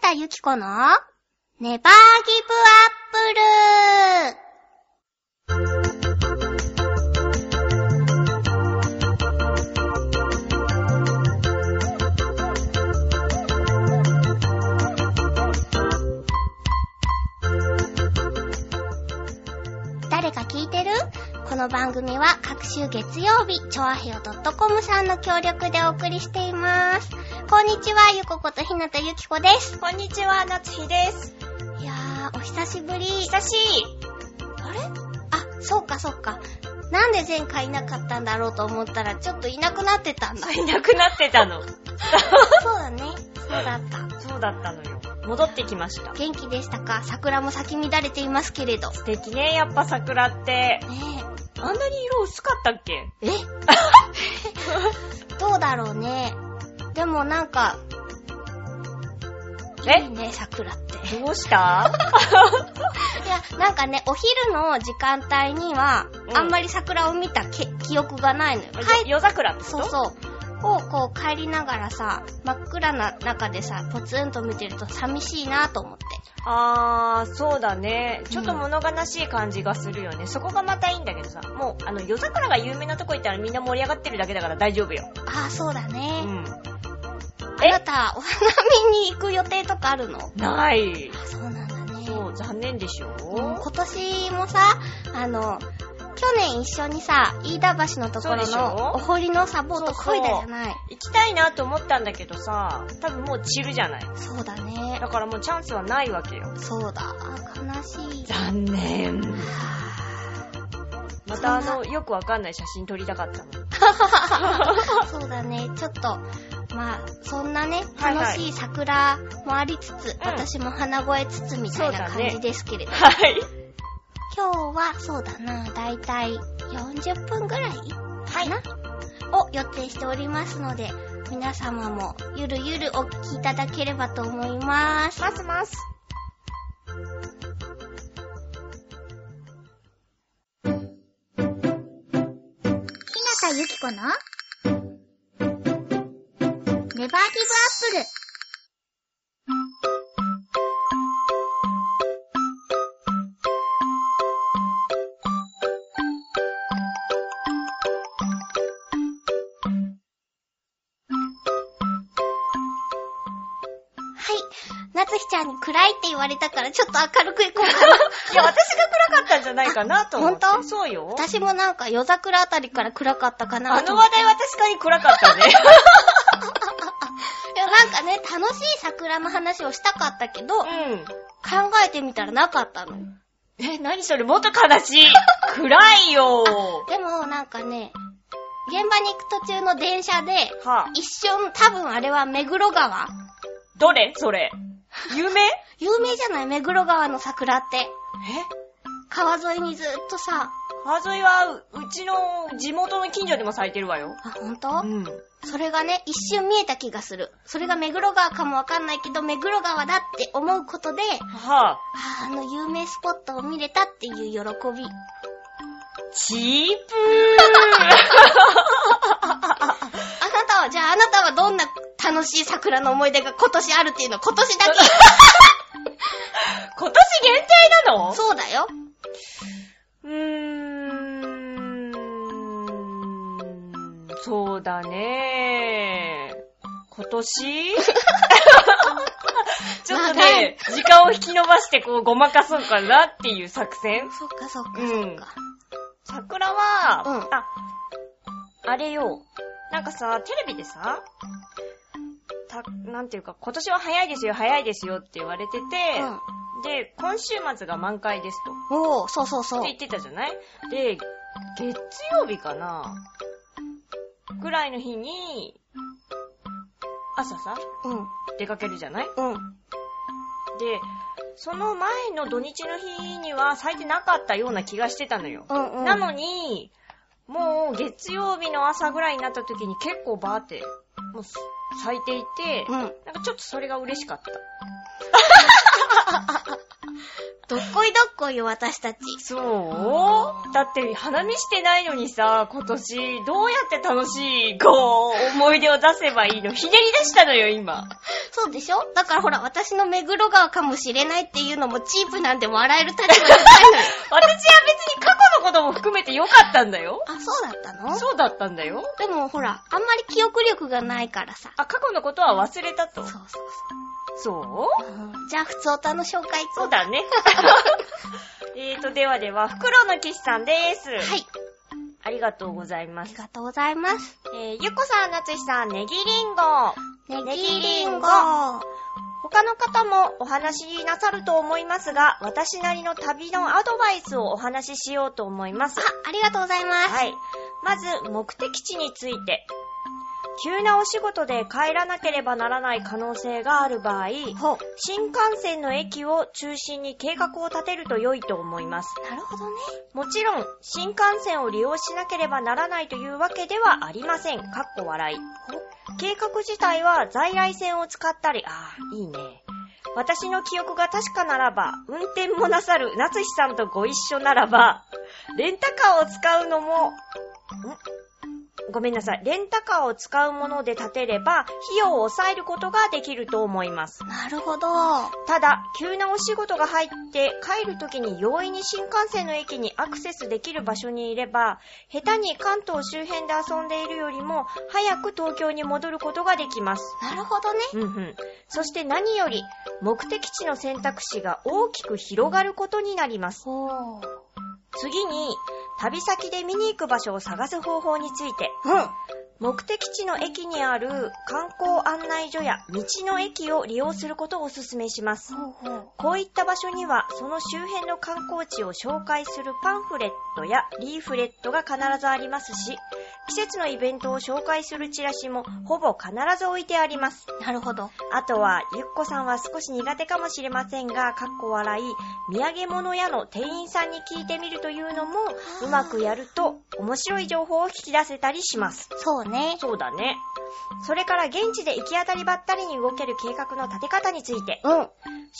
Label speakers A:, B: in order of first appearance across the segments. A: 田ゆき子のネバーギブアップル誰か聞いてるこの番組は各週月曜日、チョアヘオ .com さんの協力でお送りしています。こんにちは、ゆこことひなたゆきこです。
B: こんにちは、なつひです。
A: いやー、お久しぶり。
B: 久し
A: あれあ、そうかそうか。なんで前回いなかったんだろうと思ったら、ちょっといなくなってたんだ。
B: い。いなくなってた の。
A: そうだね。そうだった。
B: そうだったのよ。戻ってきました。
A: 元気でしたか桜も咲き乱れていますけれど。ね
B: 素敵ね、やっぱ桜って。あんなに色薄かったっけ
A: え。えどうだろうね。でもなんか、いい
B: え
A: ね、桜って。
B: どうした
A: いや、なんかね、お昼の時間帯には、
B: うん
A: あんまり桜を見たけ記憶がないのよ。帰っ
B: 夜桜ってこ
A: そ
B: と
A: うそう。をこう帰りながらさ、真っ暗な中でさ、ポツンと見てると寂しいなと思って。
B: あー、そうだね。ちょっと
A: うん
B: 物悲しい感じがするよね。そこがまたいいんだけどさ。もう、あの、夜桜が有名なとこ行ったらみんな盛り上がってるだけだから大丈夫よ。
A: ああ、そうだ
B: う
A: ね。
B: ん。
A: あなた、お花見に行く予定とかあるの
B: ない。
A: あそうなんだね。
B: そう、残念でしょ
A: うん今年もさ、あの、去年一緒にさ、飯田橋のところ
B: そうでしょ
A: のお堀のサボートこいだじゃない。
B: 行きたいなと思ったんだけどさ、多分もう散るじゃない。
A: そうだね。
B: だからもうチャンスはないわけよ。
A: そうだ。あ悲しい。
B: 残念。またあの、よくわかんない写真撮りたかったの。
A: そうだね、ちょっと、まあ、そんなね、
B: はいはい
A: 楽しい桜もありつつ、
B: うん
A: 私も花声つつみたいな
B: そうだ
A: 感
B: ね
A: じですけれど、
B: はい。
A: 今日はそうだな、だいたい40分ぐらいはい。なを予定しておりますので、皆様もゆるゆるお聞きいただければと思います。
B: ますます。
A: 日向ゆき子のネバーギブアップル。はい。なつひちゃんに暗いって言われたからちょっと明るくいこうか な。
B: いや、私が暗かったんじゃないかなと思って。
A: あ本当
B: そうよ。
A: 私もなんか夜桜あたりから暗かったかな
B: あ
A: と
B: の
A: 思っ
B: 話
A: て
B: 題は確かに暗かったね。
A: いや、なんかね、楽しい桜の話をしたかったけど、考
B: うん。
A: えてみたらなかったの。
B: え、何それ、もっと悲しい。暗いよ。
A: でも、なんかね、現場に行く途中の電車で、
B: はあ、
A: 一瞬、多分あれは目黒川
B: どれそれ。夢え
A: 有名じゃない目黒川の桜って。川沿いにずっとさ、
B: 川沿いはう、うちの地元の近所でも咲いてるわよ。
A: あ、ほんと
B: うん。
A: それがね、一瞬見えた気がする。それが目黒川かもわかんないけど、目黒川だって思うことで、
B: はあ、
A: あーあの有名スポットを見れたっていう喜び。
B: チープ
A: あなたは、じゃああなたはどんな楽しい桜の思い出が今年あるっていうの今年だ
B: 今年限定なの
A: けそうだよ。
B: うーん、そうだね今年 ちょっと
A: 長い
B: ね、時間を引き延ばしてこうごまかそうかなっていう作戦
A: そっかそっか
B: うん
A: そっか。
B: 桜は、
A: うん
B: あ、あれよ、なんかさ、テレビでさ、た、なんていうか、今年は早いですよ、早いですよって言われてて、
A: うん。
B: で、今週末が満開ですと。
A: おー、そうそうそう
B: って。言ってたじゃないで、月曜日かなぐらいの日に、朝さ、
A: う
B: 出かけるじゃない
A: ん。うん。
B: で、その前の土日の日には咲いてなかったような気がしてたのよ。
A: うんうん。
B: なのに、もう月曜日の朝ぐらいになった時に結構バーって、もうす咲いていて、
A: うん。
B: なんかちょっとそれが嬉しかった。
A: どっこいどっこいよ、私たち。
B: そうだって花見してないのにさ、今年どうやって楽しいこう思い出を出せばいいのひねり出したのよ、今。
A: そうでしょだからほら、私の目黒川かもしれないっていうのもチープなんで笑える立場じ ゃないのよ。
B: 私は別に過去のことも含めて良かったんだよ。
A: あ、そうだったの
B: そうだったんだよ。
A: でもほら、あんまり記憶力がないからさ。
B: あ、過去のことは忘れた
A: そ
B: と
A: う。そう
B: そう
A: そう。うんじゃあ、普通おたの紹介
B: そう
A: だ。
B: だ ね。えーと、ではでは、フクロウの騎士さんです。
A: は。い。
B: ありがとうござい
A: あ
B: ま
A: り
B: す。
A: がとうございます。
B: えー、ゆっこさん、なつしさん、ネギリンゴ。
A: ネ
B: ネ
A: ギ
B: ギ
A: リ
B: リ
A: ン
B: ン
A: ゴ
B: ゴ。他の方もお話しなさると思いますが、私なりの旅のアドバイスをお話ししようと思います
A: あ。、ありがとうございます。
B: はい。まず、目的地について。急なお仕事で帰らなければならない可能性がある場合、
A: ほう。
B: 新幹線の駅を中心に計画を立てると良いと思います。
A: なるほどね。
B: もちろん、新幹線を利用しなければならないというわけではありません。かっこ笑い。計画自体は在来線を使ったり、ああ、いいね。私の記憶が確かならば、運転もなさる夏日さんとご一緒ならば、レンタカーを使うのも、んごめんなさい。レンタカーを使うもので建てれば、費用を抑えることができると思います。
A: なるほど。あ
B: ただ、急なお仕事が入って帰る時に容易に新幹線の駅にアクセスできる場所にいれば、下手に関東周辺で遊んでいるよりも、早く東京に戻ることができます。
A: なるほどね。
B: うんうん。そして何より、目的地の選択肢が大きく広がることになります。
A: ほう。
B: 次に、旅先で見に行く場所を探す方法について、
A: うん。
B: 目的地の駅にある観光案内所や道の駅を利用することをお勧めします。
A: ほうほう。
B: こういった場所には、その周辺の観光地を紹介するパンフレットやリーフレットが必ずありますし、季節のイベントを紹介するチラシもほぼ必ず置いてあります。
A: なるほど。
B: あとは、ゆっこさんは少し苦手かもしれませんが、かっこ笑い、土産物屋の店員さんに聞いてみるというのも、うまくやると面白い情報を聞き出せたりします。
A: そうね。
B: そうだね。それから現地で行き当たりばったりに動ける計画の立て方について、
A: うん。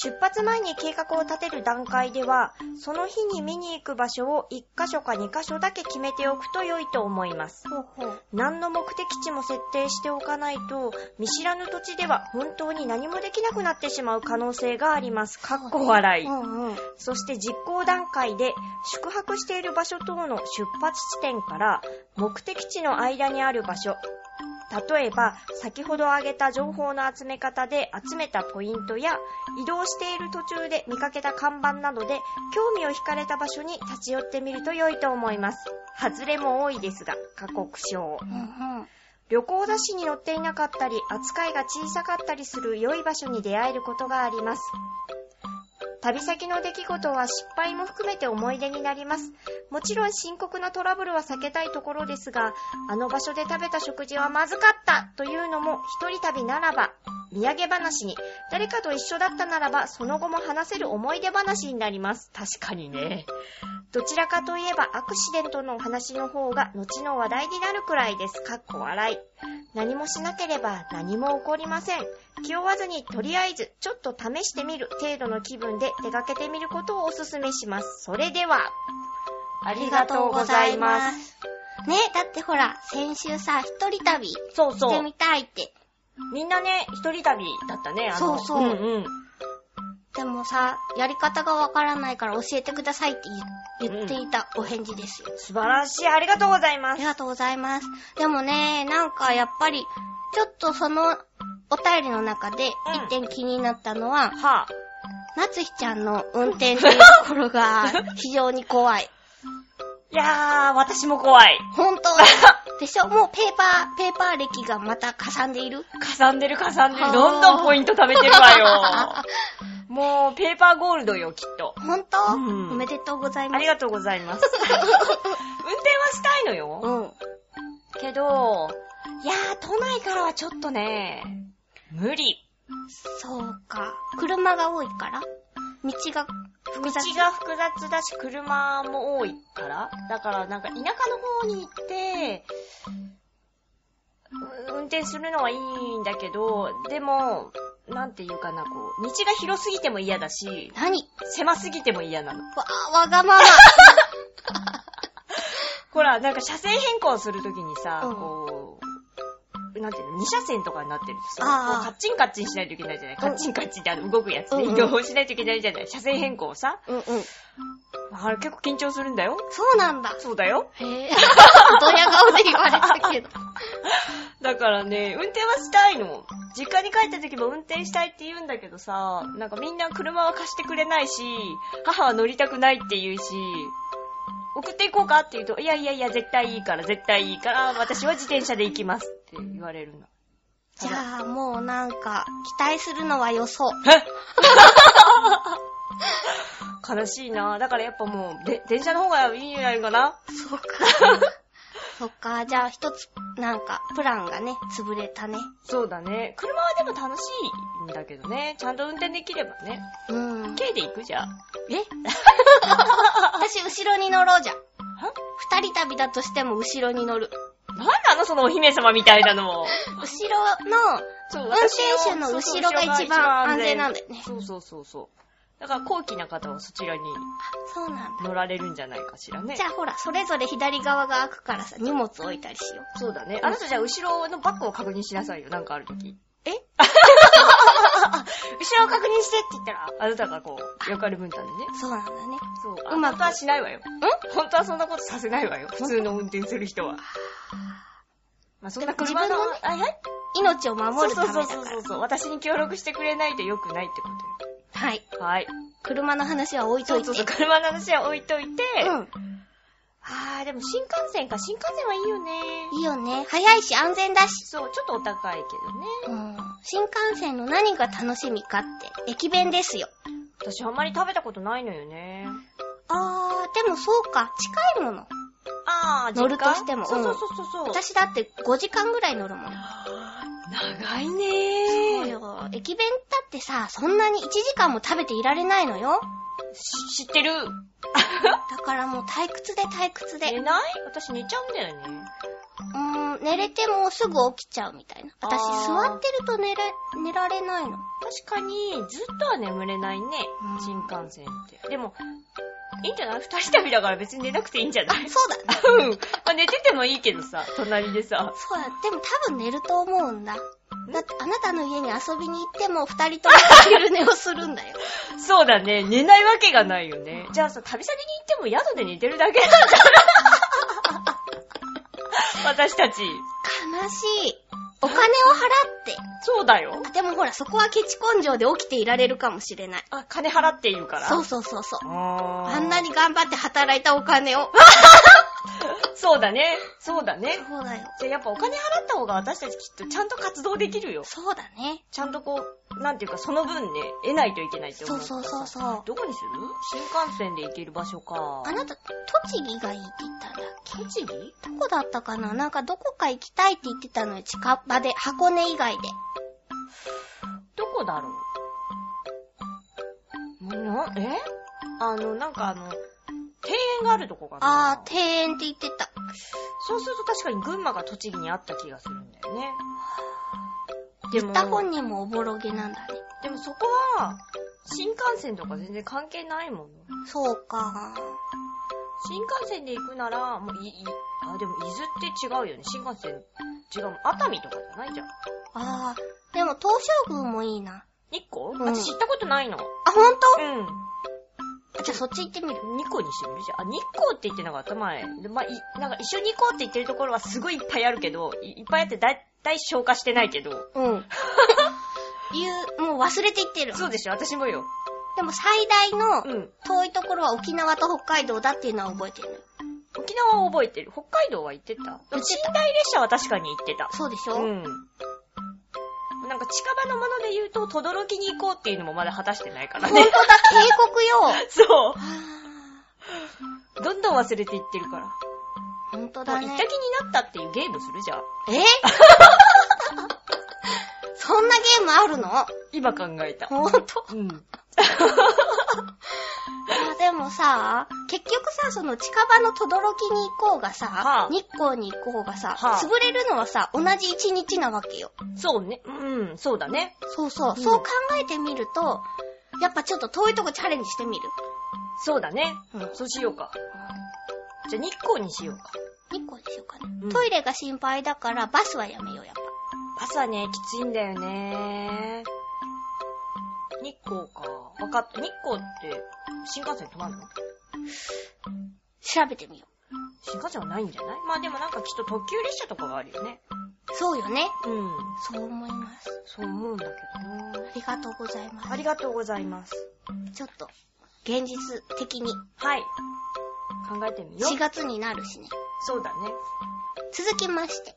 B: 出発前に計画を立てる段階では、その日に見に行く場所を1箇所か2箇所だけ決めておくと良いと思います。
A: ほうほう。
B: 何の目的地も設定しておかないと、見知らぬ土地では本当に何もできなくなってしまう可能性があります。かっこ笑い。
A: うんうん。
B: そして実行段階で宿泊している場所等の出発地点から目的地の間にある場所。例えば、先ほど挙げた情報の集め方で集めたポイントや、移動している途中で見かけた看板などで、興味を惹かれた場所に立ち寄ってみると良いと思います。外れも多いですが、過酷症。
A: うんうん。
B: 旅行雑誌に載っていなかったり、扱いが小さかったりする良い場所に出会えることがあります。旅先の出来事は失敗も含めて思い出になります。もちろん深刻なトラブルは避けたいところですが、あの場所で食べた食事はまずかったというのも一人旅ならば、土産話に、誰かと一緒だったならば、その後も話せる思い出話になります。確かにね。どちらかといえばアクシデントのお話の方が後の話題になるくらいです。かっこ笑い。何もしなければ何も起こりません。気負わずにとりあえずちょっと試してみる程度の気分で出かけてみることをおすすめします。それでは、あ。
A: ありがとうございますす。ね、だってほら、先週さ、一人旅し
B: そうそ
A: て
B: う
A: み。たいって。
B: みんなね、一人旅だったね。あの
A: そうそう
B: うんうん。
A: でもさ、やり方がわからないから教えてくださいって言言っていたお返事ですよ。
B: 素晴らしい。ありがとうござい
A: あ
B: ま
A: り
B: す。
A: がとうございます。でもね、なんかやっぱり、ちょっとそのお便りの中で
B: うん
A: 一点気になったのは、
B: はあ。
A: なつひちゃんの運転 というところが非常に怖い。
B: いやー、私も怖い。
A: 本当 でしょもうペーパー、ペーパー歴がまたかさんでいる
B: かさんでるかさんで
A: は
B: る。
A: あ
B: どんどんポイント貯めて るわよ。もう、ペーパーゴールドよ、きっと。
A: 本当、
B: うん
A: おめでとうござい
B: あ
A: ます
B: り。がとうございます。運転はしたいのよ。
A: うん。
B: けど、いやー、都内からはちょっとね、無理。
A: そうか。車が多いから道が複
B: 道
A: 雑。
B: が複雑だし、車も多いから。だから、なんか田舎の方に行って、う運転するのはいいんだけど、でも、なんていうかな、こう、道が広すぎても嫌だし、
A: 何
B: 狭すぎても嫌なの。
A: わあ、わがまま。
B: ほら、なんか車線変更するときにさ、
A: うん
B: こう、なんていうの、2車線とかになってると
A: あ
B: さ、
A: ー
B: こうカッチンカッチンしないといけないじゃない。
A: ん
B: カッチンカッチンってあの動くやつ
A: う
B: で
A: んうん
B: 移動しないといけないじゃない。車線変更をさ。
A: うんうん。
B: あれ結構緊張するんだよ。
A: そうなんだ。
B: そうだよ。
A: へぇ。 ドヤ顔で言われたけど。
B: だからね、運転はしたいの。実家に帰った時も運転したいって言うんだけどさ、なんかみんな車は貸してくれないし、母は乗りたくないって言うし、送っていこうかって言うと、いやいやいや、絶対いいから、絶対いいから、私は自転車で行きますって言われるの。
A: じゃあ、もうなんか、期待するのはよそ。
B: 悲しいなだからやっぱもう、で電車の方がいいんじゃないかな
A: そうか。 そっか、じゃあ一つ、なんか、プランがね、潰れたね。
B: そうだね。車はでも楽しいんだけどね。ちゃんと運転できればね。
A: うん。
B: 軽で行くじゃん。
A: え私、後ろに乗ろうじゃん。二人旅だとしても後ろに乗る。
B: なんなのそのお姫様みたいなの。
A: 後ろの、
B: そう
A: 運転手の後ろが一番安全なんだよね。
B: そうそうそうそう。だから後期な方はそちらに
A: そうなんだ。
B: 乗られるんじゃないかしらね。
A: じゃあほら、それぞれ左側が開くからさ、荷物置いたりしよう。
B: そうだね。あなたじゃあ後ろのバッグを確認しなさいよ。なんかあるとき。
A: え
B: 後ろを確認してって言ったら、あなたがこう、よかる分担でね。
A: そうなんだね。
B: そう。
A: う
B: う
A: ま
B: ま
A: く
B: くはしないわよ。ん本当はそんなことさせないわよ。普通の運転する人は。まあ、そんな車
A: で
B: の
A: も自、
B: あ、はい
A: 命を守るためだ
B: そうそう
A: か
B: そう
A: ら。
B: そう。私に協力してくれないと良くないってこと
A: はい。
B: よ。はい。
A: 車の話は置い
B: そ
A: というて。
B: そうそう、車の話は置いといて。
A: うん。
B: あー、でも新幹線か。新幹線はいいよね。
A: いいよね。早いし安全だし。
B: そう、ちょっとお高いけど
A: う
B: ね。
A: ん。新幹線の何が楽しみかって、駅弁ですよ。
B: 私あんまり食べたことないのよね。
A: あー、でもそうか、近いもの。
B: あー、
A: 乗る
B: 実家
A: としても
B: そううんそうそうそう。
A: 私だって5時間ぐらい乗るもん。
B: 長い
A: そう
B: ねー。
A: よ。駅弁だってさ、そんなに1時間も食べていられないのよ。
B: し知ってる
A: だからもう退屈で退屈で。
B: 寝ない私寝ちゃうんだよね。
A: うーん、寝れてもすぐ起きちゃうみたいな。私
B: あー
A: 座ってると寝れ、寝られないの。
B: 確かに、ずっとは眠れないね
A: うん。
B: 新幹線って。でも、いいんじゃない二人旅だから別に寝なくていいんじゃない
A: そうだね。
B: うん。まあ寝ててもいいけどさ、隣でさ。
A: そうや、でも多分寝ると思うんだ。だってあなたの家に遊びに行っても二人とも昼寝をするんだよ。
B: そうだね。寝ないわけがないよね。じゃあさ、旅先に行っても宿で寝てるだけなんだ から。私たち。
A: 悲しい。お金を払って。
B: そうだよ。
A: あでもほら、そこはケチ根性で起きていられるかもしれない。
B: あ、金払って言うから。
A: そうそうそうそう。
B: あー
A: あんなに頑張って働いたお金を。
B: そうだね。そうだね。
A: そうだよ。
B: じゃあやっぱお金払った方が私たちきっとちゃんと活動できるよ。
A: そうだね。
B: ちゃんとこう、なんていうかその分ね、得ないといけないって思。
A: そううそうそうそう。
B: どこにする新幹線で行ける場所か。
A: あなた、栃木がいいって言ったんだっけ
B: 栃木
A: どこだったかななんかどこか行きたいって言ってたのよ。近場で、箱根以外で。
B: どこだろうな、えあの、なんかあの、庭園があるとこかな。
A: あー、庭園って言ってた。
B: そうすると確かに群馬が栃木にあった気がするんだよね。で
A: 行
B: も、
A: った本人もおぼろげなんだね。
B: でもそこは、新幹線とか全然関係ないもん。
A: そうか。
B: 新幹線で行くなら、もうい、い、あ、でも伊豆って違うよね。新幹線、違うもん。熱海とかじゃないじゃん。
A: あー、でも東照宮もいいな。
B: 日光、
A: うん
B: 私行ったことない
A: あ、
B: の。
A: ほんと
B: うん。
A: じゃあそっち行ってみる。
B: 日光にしてみるじゃん。あ、日光って言ってなかった前。で、まあ、い、なんか一緒に行こうって言ってるところはすごいいっぱいあるけど、いいっぱいあってだいたい消化してないけど。
A: うん。言う、もう忘れていってる。
B: そうでしょ私もよ。
A: でも最大
B: う
A: の
B: ん。
A: 遠いところは沖縄と北海道だっていうのは覚えてる。
B: 沖縄は覚えてる。北海道は行ってた
A: 行ってた
B: 寝台列車は確かに行ってた。
A: そうでしょ、
B: うん。なんか近場のもので言うと、轟きに行こうっていうのもまだ果たしてないから
A: ほん
B: ね
A: と。だ、帝国よ。
B: そ
A: あ
B: う。どんどん忘れていってるから。
A: ー、ほんと
B: もう
A: だ
B: 行
A: ね
B: った気。になったっていうゲームするじゃん。
A: え そんなゲームあるの
B: 今考えた。
A: ほんと
B: うん。
A: あ、でももさ、結局さ、その近場のとどろきに行こうがさ、
B: はあ
A: 日光に行こうがさ、
B: はあ
A: 潰れるのはさ、同じ一日なわけよ。
B: そうね。うん、そうだね。
A: そうそう、
B: うん
A: そう考えてみると、やっぱちょっと遠いとこチャレンジしてみる。
B: そうだね。
A: うん
B: そうしようか。じゃあ日光にしようか。
A: 日光でしようかね。
B: うん
A: トイレが心配だから、バスはやめよう、やっぱ。
B: バスはね、きついんだよね。日光か。わかった。日光って、新幹線止まるの
A: 調べてみよ
B: 新幹線はないんじゃないまあでもなんかきっと特急列車とかがあるよね。
A: う。そうよね。
B: うん。
A: そう思います。
B: そう思うんだけどな。
A: ありがとうございます。
B: ありがとうございます。
A: ちょっと、現実的に、
B: はい。考えてみよ
A: 4
B: う。
A: 月になるしね。
B: そうだね。
A: 続きまして、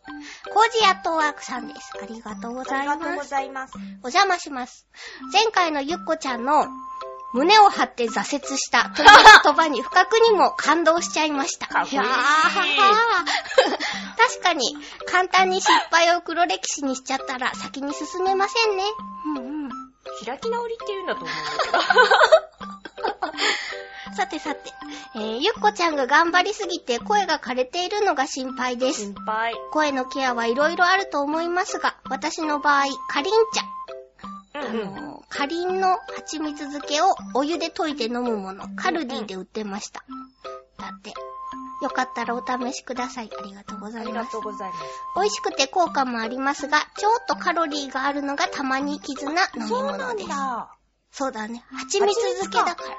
A: コージーアットワークさんです。ありがとうござい
B: ありがとう
A: ま
B: ご
A: す。
B: ざいます。
A: お邪魔します。前回のゆっこちゃんの、胸を張って挫折したという言葉に不覚にも感動しちゃいました。
B: かっこいい
A: やーはは確かに、簡単に失敗を黒歴史にしちゃったら先に進めませんね。うんうん。
B: 開き直りって言うんだと思うんだ
A: さてさて、えーゆっこちゃんが頑張りすぎて声が枯れているのが心配で
B: けど。
A: す。
B: 心配。
A: 声のケアはいろいろあると思いますが、私の場合、カリン茶。あ
B: うんうん。
A: のー、カリンの蜂蜜漬けをお湯で溶いて飲むもの、カルディで売ってました。だって、よかったらお試しください。ありがとうござ
B: あ
A: い
B: り
A: ま
B: が
A: す
B: とう。ございます。
A: 美味しくて効果もありますが、ちょっとカロリーがあるのがたまに絆な飲み
B: そうな
A: 物で
B: ん
A: す。
B: だ。
A: そうだね。蜂蜜漬けだからね。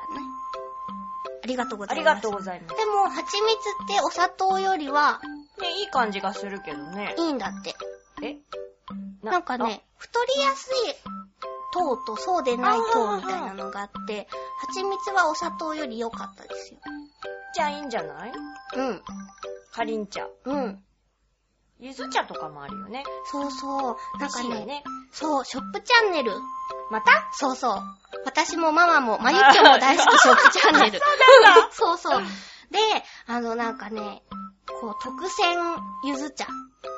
A: ありがとうござ
B: あ
A: い
B: り
A: ます。
B: がとうございます。
A: でも、蜂蜜ってお砂糖よりは
B: ね、いい感じがするけどね。
A: いいんだって。
B: え
A: なんかね、、太りやすい糖とそうでない糖みたいなのがあって、蜂蜜はお砂糖より良かったですよ。
B: あじゃあいいんじゃない
A: うん、
B: かりん茶。
A: うん。
B: ゆず茶とかもあるよね。
A: そうそう。なんか
B: 美味しいよ
A: ね、
B: ね。
A: そう、ショップチャンネル。
B: また
A: そうそう。私もママも、まゆっちょも大好 きショップチャンネル。そうそう。で、あのなんかね、こう、特選ゆず茶。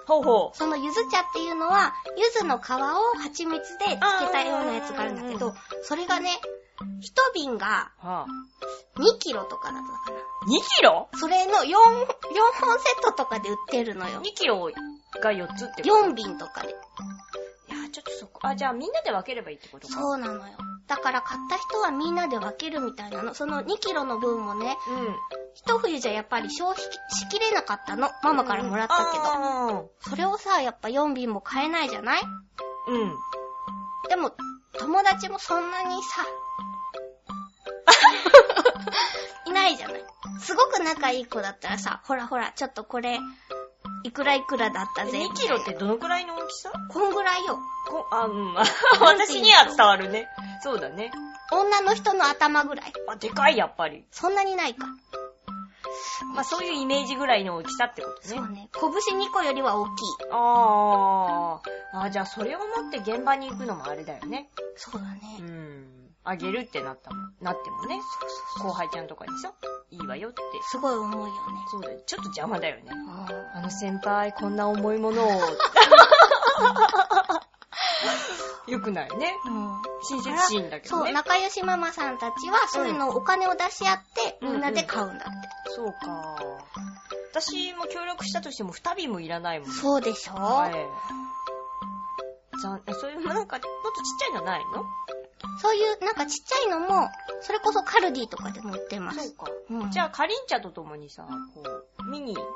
B: ほうほ
A: そのゆず茶っていうのは、ゆずの皮を蜂蜜で漬けたようなやつがあるんだけ
B: うん
A: ど、それがね、一瓶が
B: う。はあ、
A: 2キロとかだったかな。
B: 2キロ
A: それの4、4本セットとかで売ってるのよ
B: ?2。キロが4つってこと
A: 4瓶とかで。
B: いやー、ちょっとそこ。あ、じゃあみんなで分ければいいってことか。
A: そうなのよ。だから買った人はみんなで分けるみたいなの。その2キロの分もね、
B: うん。
A: 一冬じゃやっぱり消費しきれなかったの。ママからもらったけど。
B: ど。
A: それをさ、やっぱ4瓶も買えないじゃない
B: うん。
A: でも、友達もそんなに さ、いないじゃない。すごく仲いい子だったらさ、ほらほら、ちょっとこれ、いくらいくらだったぜ。
B: 2キロってどのくらいの大きさ
A: こんぐらいよ。
B: こあ、 うん。私には伝わるね。そうだね。
A: 女の人の頭ぐらい。
B: あ、でかい、やっぱり。
A: そんなにないか。
B: まあ、そういうイメージぐらいの大きさってことね。
A: そうね。拳2個よりは大きい。
B: あーあー、じゃあそれを持って現場に行くのもあれだよね。
A: そうだ
B: う
A: ね。
B: ん。あげるってなったもん、なってもね。後輩ちゃんとかにさ、いいわよって。
A: すごい重いよね。
B: そうだよ。ちょっと邪魔だよね。
A: うん
B: あの先輩、こんな重いものを。 よくないね。
A: うん
B: 親切心だけど
A: そう、
B: ね。
A: 仲良しママさんたちは、そういうのをお金を出し合って、
B: うん
A: みんなで買うんだって。
B: そうか。私も協力したとしても二人もいらないもん。
A: そうでしょ、
B: はい。残えそういう、なんか、もっとちっちゃいのないの
A: そういう、なんかちっちゃいのも、それこそカルディとかでも売ってま
B: そう
A: す。
B: か。
A: うん、
B: じゃあ、かりんちゃんと共にさ、こう、見に行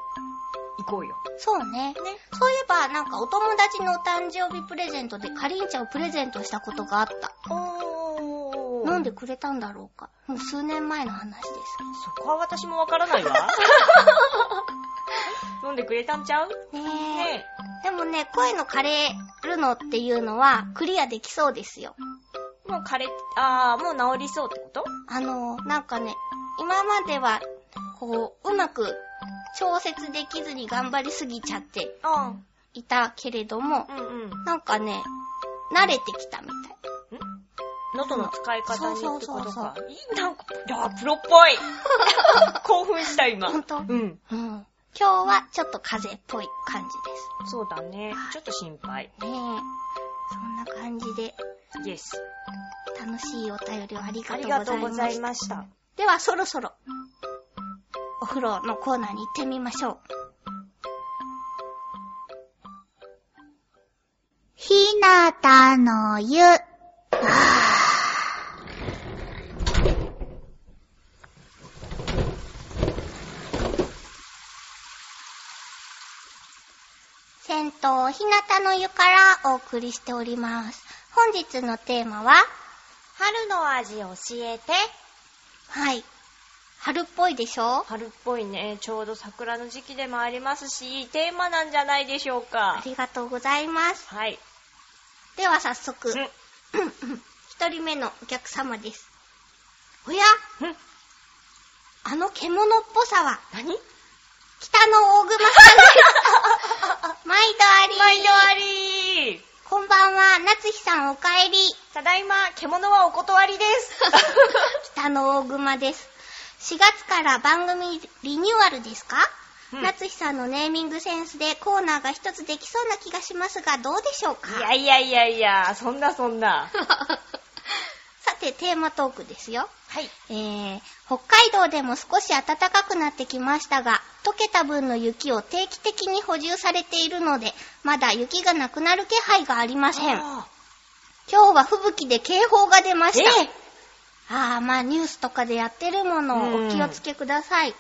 B: こうよ。
A: そうね。
B: ね。
A: そういえば、なんかお友達のお誕生日プレゼントでカリン茶をプレゼントしたことがあった。
B: お
A: 飲ん
B: で
A: でくれたんだろうか。もう数年前の話です。
B: そこは私もわからな いわ。飲んでくれたんちゃう
A: ねえ。
B: ね
A: でもね、声の枯れるのっていうのは、クリアできそうですよ。
B: え。もう枯れ、あー、もう治りそうってこと
A: あの、なんかね、今までは、こう、うまく調節できずに頑張りすぎちゃって
B: あ
A: いたけれども
B: う、んうん。
A: なんかね、慣れてきたみたい。
B: 喉の使い方にってことか。
A: そうそうそうそう
B: いい、なんか、いやー、プロっ ぽい興奮した、今。
A: ほんと
B: うん。
A: うん。今日はちょっと風邪っぽい感じで
B: そうだね。ちょっと心配。
A: す。ねえ。そんな感じで、
B: イエス。
A: 楽しいお便りをありがとうございました。
B: ました。
A: でではそろそろ、お風呂のコーナーに行ってみましょう。ひなたの湯。銭湯ひなたの湯からお送りしております。本日のテーマは、
B: 春の味教えて。
A: はい。春っぽいでしょ
B: 春っぽいね。ちょうど桜の時期でもありますし、いいテーマなんじゃないでしょう
A: あ
B: か。
A: りがとうございます。
B: はい。
A: では早速、
B: うん
A: 一人目のお客様です。おや
B: うん
A: あの獣っぽさは、
B: 何
A: 北の大熊さん です。毎度あり。
B: 毎度あり
A: こんばんは、夏日さんおかえり。
B: ただいま、獣はお断り です。
A: 北の大熊です。4月から番組リニューアルですか、
B: うん
A: 夏日さんのネーミングセンスでコーナーが一つできそうな気がしますが、どうでしょうか
B: いやいやいやいや、そんなそんな。
A: さて、テーマトークですよ。
B: はい。
A: えー、北海道でも少し暖かくなってきましたが、溶けた分の雪を定期的に補充されているので、まだ雪がなくなる気配がありません。
B: あ
A: 今日は吹雪で警報が出ま
B: ー
A: した。
B: え
A: ああ、まあニュースとかでやってるもの
B: うん
A: お気をつけください。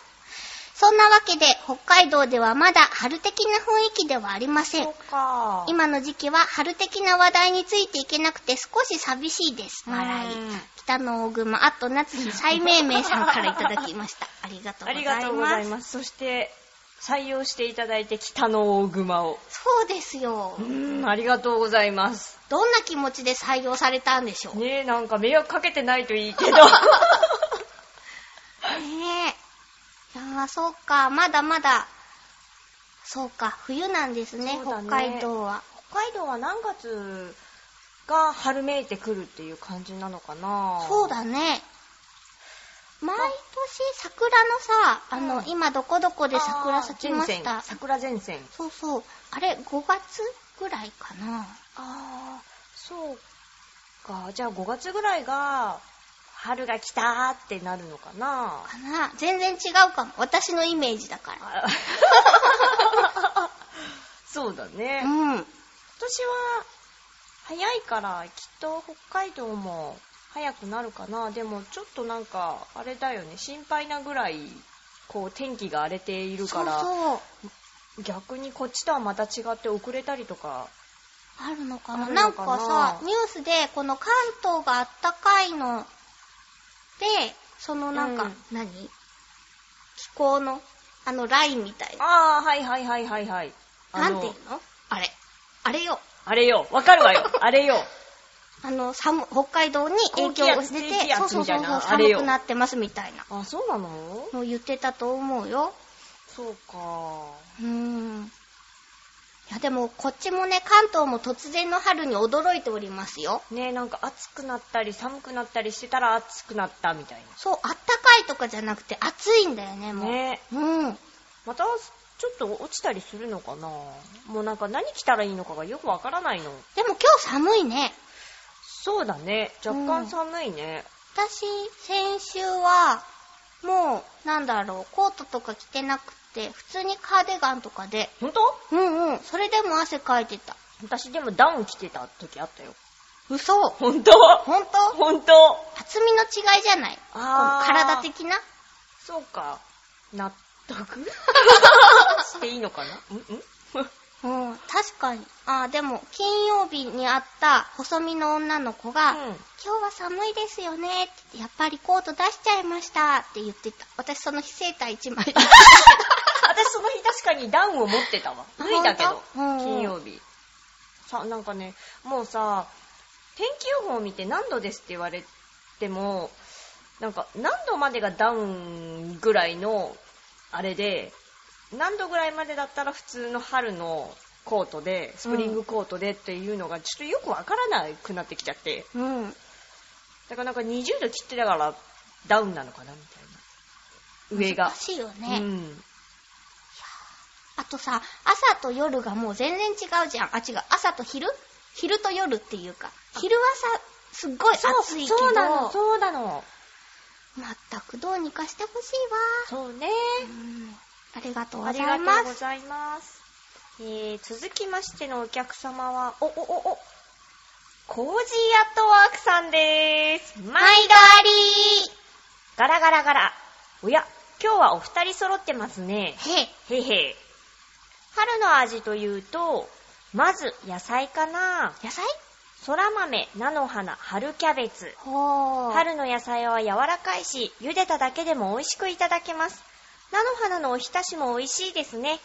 A: そんなわけで、北海道ではまだ春的な雰囲気ではありません
B: そ。うか。
A: 今の時期は春的な話題についていけなくて少し寂しいです。笑い。
B: うん
A: 北の大熊、あと夏 日最命名さんからいただきました。ありがとうござ
B: あり
A: います。
B: がとうございます。そして、採用していただいて北の大熊を。
A: そうですよ
B: う。ーん、ありがとうございます。
A: どんな気持ちで採用されたんでしょうね
B: ねえ、なんか迷惑かけてないといいけど。
A: え。いやー、そうか。まだまだ、そうか。冬なんですね、
B: そう
A: 北
B: だね
A: 海道は。
B: 北海道は何月が春めいてくるっていう感じなのかな
A: そうだね。毎年桜のさ、あの、
B: うん
A: 今どこどこで桜咲きまし
B: あー前線
A: た。
B: 桜前線
A: そうそう。あれ、5月ぐらいかな。
B: ああそうかじゃあ5月ぐらいが春が来たーってなるのかな
A: かな全然違うかも。私のイメージだか
B: あ そうだね、
A: ら。
B: 今
A: うん。
B: 年は早いからきっと北海道も早くなるかなでもちょっとなんかあれだよね心配なぐらいこう天気が荒れているから
A: そうそう。
B: 逆にこっちとはまた違って遅れたりとか
A: あるのかな
B: ある
A: な
B: の
A: ん
B: か
A: か
B: な
A: さ、ニュースで、この関東があったかいので、そのなんか、
B: うん
A: 何気候の、あの、ラインみたいな。
B: ああはいはいはいはいはいあ
A: なん
B: の
A: ていうのあれ。あれよ。
B: あれよわかるわよあれよ
A: あの、寒、北海道に影響を出
B: 高気圧低気
A: て、
B: 圧
A: そうそうそうそ
B: みたい
A: う、
B: なあれ
A: 寒
B: よ
A: くなってますみたいな。
B: あそうなの
A: もう言ってたと思うよ。
B: そうか
A: うーん。いや、でも、こっちもね、関東も突然の春に驚いておりますよ。
B: ねえなんか暑くなったり寒くなったりしてたら暑くなったみたい
A: そう、あったかいとかじゃなくて、暑いんだよね、
B: な
A: もう。
B: ねえ
A: うん。
B: またちょっと落ちたりするのかなもうなんか何着たらいいのかがよくわからないの
A: でも今日寒いね。
B: そうだね若干寒いね、
A: 私、先週は、もう、なんだろう、コートとか着てなくて、普通にカーディガンとかで、
B: ほん、本
A: うんうん、それでも汗かいてた。
B: 当私でもダウン着てた時あったよ
A: 嘘
B: 本当
A: ほんと
B: 本当
A: 厚みの違いじゃないこの
B: あー
A: 体的な
B: そうか納得 していいのかなんん
A: うん、確かに。あー、でも、金曜日に会った細身の女の子が、
B: うん
A: 今日は寒いですよねって言って、やっぱりコート出しちゃいましたって言ってた。私その非セーター1枚。
B: 私その日確かにダウンを持ってたわ。
A: あ
B: 脱いだけど、
A: 本当うん
B: 金曜日。さ、なんかね、もうさ、天気予報を見て何度ですって言われても、なんか何度までがダウンぐらいの、あれで、何度ぐらいまでだったら普通の春のコートで、スプリングコートでっていうのがちょっとよくわからなくなってきちゃって。
A: うん。
B: だからなんか20度切ってだからダウンなのかなみたいな。上が
A: 難。しいよね。
B: うん。
A: あとさ、朝と夜がもう全然違うじゃん。あ、違う。朝と昼昼と夜っていうか。昼はさ、すっごい暑いけど、
B: そうなの、そうなの。
A: まったくどうにかしてほしい
B: そうね。
A: わ。うん。ありがとう
B: あ
A: ご
B: り
A: ざ
B: が
A: いま
B: とうご
A: す。
B: ざいます。えー、続きましてのお客様は、お、お、お、お、コージーアットワークさんでーす。毎
A: 毎度あり
B: ガラガラガラ。おや、今日はお二人揃ってますね。
A: ーへい。
B: へいへい。春の味というと、まず野菜かな。
A: 野菜
B: そら豆、菜の花、春キャベツ。
A: ほー。
B: 春の野菜は柔らかいし、茹でただけでも美味しくいただけます。菜の花のおひたしも美味しいですね。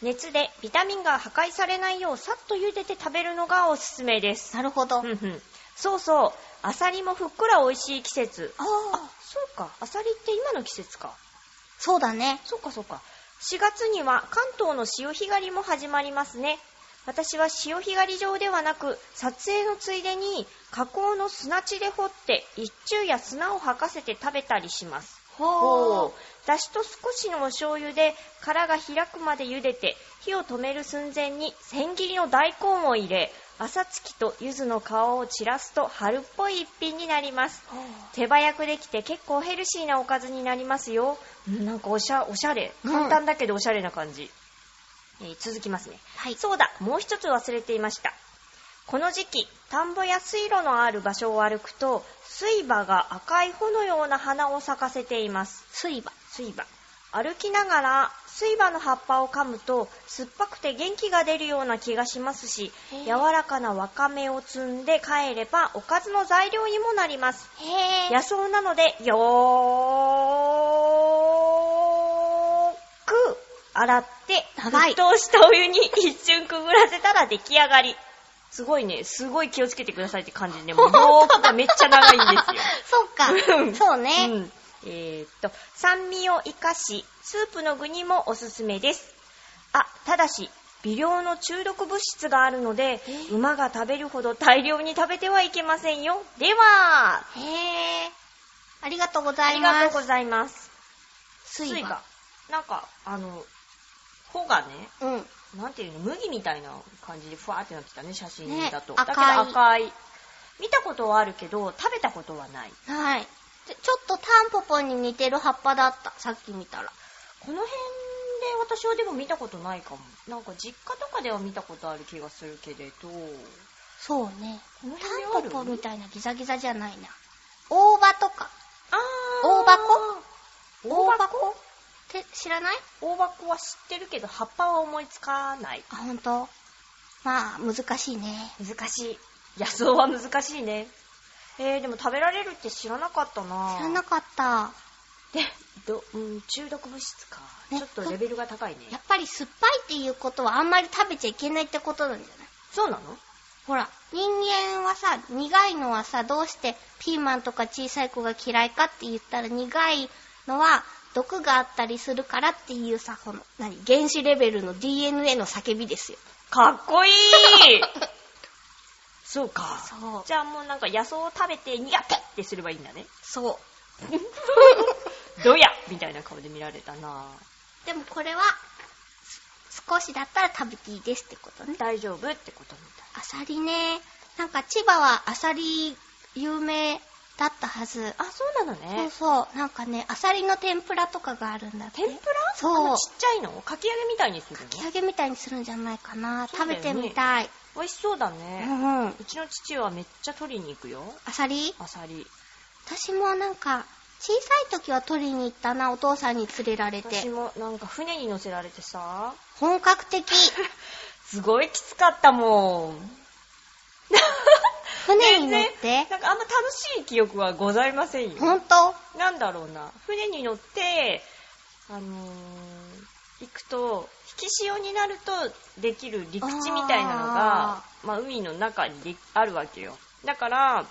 B: 熱でビタミンが破壊されないようさっと茹でて食べるのがおすすめです。
A: なるほど。
B: ふんふんそうそう、アサリもふっくら美味しい季節。
A: あー。
B: そうか、アサリって今の季節か。
A: そうだね。
B: そうかそうか。4月には関東の潮干狩りも始まりますね。私は潮干狩り場ではなく、撮影のついでに、河口の砂地で掘って、一昼夜砂を吐かせて食べたりします。
A: ほー。
B: だしと少しのお醤油で殻が開くまで茹でて火を止める寸前に千切りの大根を入れ朝月と柚子の皮を散らすと春っぽい一品になります
A: ほー
B: 手早くできて結構ヘルシーなおかずになりますようんなんかおしゃおしゃれ
A: うん
B: 簡単だけどおしゃれな感じ、えー続きますね
A: はい。
B: そうだ、もう一つ忘れていました。この時期、田んぼや水路のある場所を歩くと、水馬が赤い穂のような花を咲かせています。
A: 水場。
B: 水馬。歩きながら水馬の葉っぱを噛むと酸っぱくて元気が出るような気がしますし
A: へえ
B: 柔らかなわかめを摘んで帰ればおかずの材料にもなります
A: へー。
B: 野草なのでよーく洗って
A: 長い
B: 沸騰したお湯に一瞬くぐらせたら出来上がりすごいねすごい気をつけてくださいって感じでねもうよーくがめっちゃ長いんですよ
A: そう
B: うん
A: か。そう ね。
B: うん、えーっと、酸味を生かし、スープの具にもおすすめです。あ、ただし、微量の中毒物質があるので
A: え、
B: 馬が食べるほど大量に食べてはいけませんよ。では、
A: へー。ありがとうござ
B: あ
A: い
B: り
A: ます。
B: がとうございます。
A: 水
B: 水
A: が。
B: が。なんか、あの、穂がね、
A: うん。
B: なんていうの、麦みたいな感じでふわーってなってたね、写真
A: ね
B: だと。
A: 赤い
B: だけど赤い。見たことはあるけど、食べたことはない。
A: はい。でちょっとタンポポに似てる葉っぱだった。さっき見たら。
B: この辺で私はでも見たことないかも。なんか実家とかでは見たことある気がするけれど。
A: そうね。
B: この辺に
A: タ
B: あ
A: ン
B: る
A: ポポみたいなギザギザじゃないな。大葉とか。
B: あー
A: 大箱
B: 大
A: 大
B: 箱
A: 箱って知らない
B: 大箱は知ってるけど、葉っぱは思いつかない。
A: あ、ほんとまあ、難しいね。
B: 難しい。野草は難しいね。えー、でも食べられるって知らなかったな
A: 知らなかった。
B: で、ど、うん、中毒物質か。
A: ね
B: ちょっとレベルが高いね。
A: やっぱり酸っぱいっていうことはあんまり食べちゃいけないってことなんじゃない
B: そうなの
A: ほら、人間はさ、苦いのはさ、どうしてピーマンとか小さい子が嫌いかって言ったら苦いのは毒があったりするからっていうさ、この、何、原子レベルの DNA の叫びですよ。
B: かっこいい そうか。
A: そう
B: じゃあもうなんか野草を食べて苦手ってすればいいん だね。
A: そう。
B: どやみたいな顔で見られたな
A: でもこれは、す少しだったら食べていいですってことね。
B: 大丈夫ってことみたい。
A: アサリね、なんか千葉はアサリ有名だったはず。
B: あ、そうなの
A: そう
B: ね。
A: そう、なんかね、アサリの天ぷらとかがあるんだって。
B: 天ぷら
A: そう
B: あのちっちゃいのかき揚げみたいにする
A: かき
B: の
A: 揚げみたいにするんじゃないかな。
B: そう
A: 食
B: だ
A: べ
B: よね
A: てみたい。
B: 美味しそうだ
A: う
B: ね。
A: んうん。
B: うちの父はめっちゃ取りに行くよ。
A: アサリ
B: アサリ。
A: 私もなんか、小さい時は取りに行ったな、お父さんに連れられ
B: 私
A: て。
B: もなんか船に乗せられてさ、
A: 本格 的。
B: すごいきつかったもん。
A: 船に乗っ
B: 全然
A: て。
B: なんかあんま楽しい記憶はございませんよ。
A: ほんと
B: なんだろうな、船に乗って、あのー行くと、引き潮になるとできる陸地みたいなのが、
A: あ
B: まあ、海の中にであるわけよ。だから、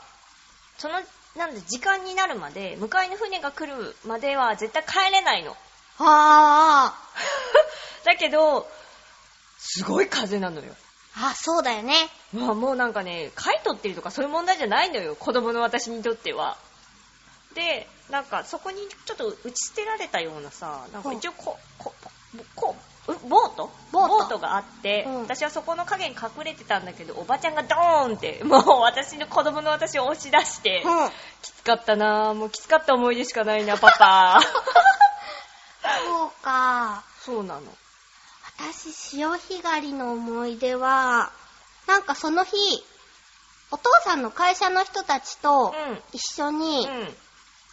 B: その、なんで時間になるまで、向かいの船が来るまでは絶対帰れないの。
A: あ
B: だけど、すごい風なのよ。
A: ー。あ、そうだよね。
B: まあもうなんかね、貝取ってるとかそういう問題じゃないのよ、子供の私にとっては。で、なんかそこにちょっと打ち捨てられたようなさ、なんか一応こう、こう、こう、うボート
A: ボート
B: があって、
A: うん
B: 私はそこの影に隠れてたんだけどおばちゃんがドーンって もう私の子供の私を押し出して、
A: うん。
B: きつかったなぁもうきつかった思い出しかないなパパ
A: そうか。
B: そうなの
A: 私、潮干狩りの思い出は、なんかその日、お父さんの会社の人たちと
B: う
A: 一緒に
B: んうん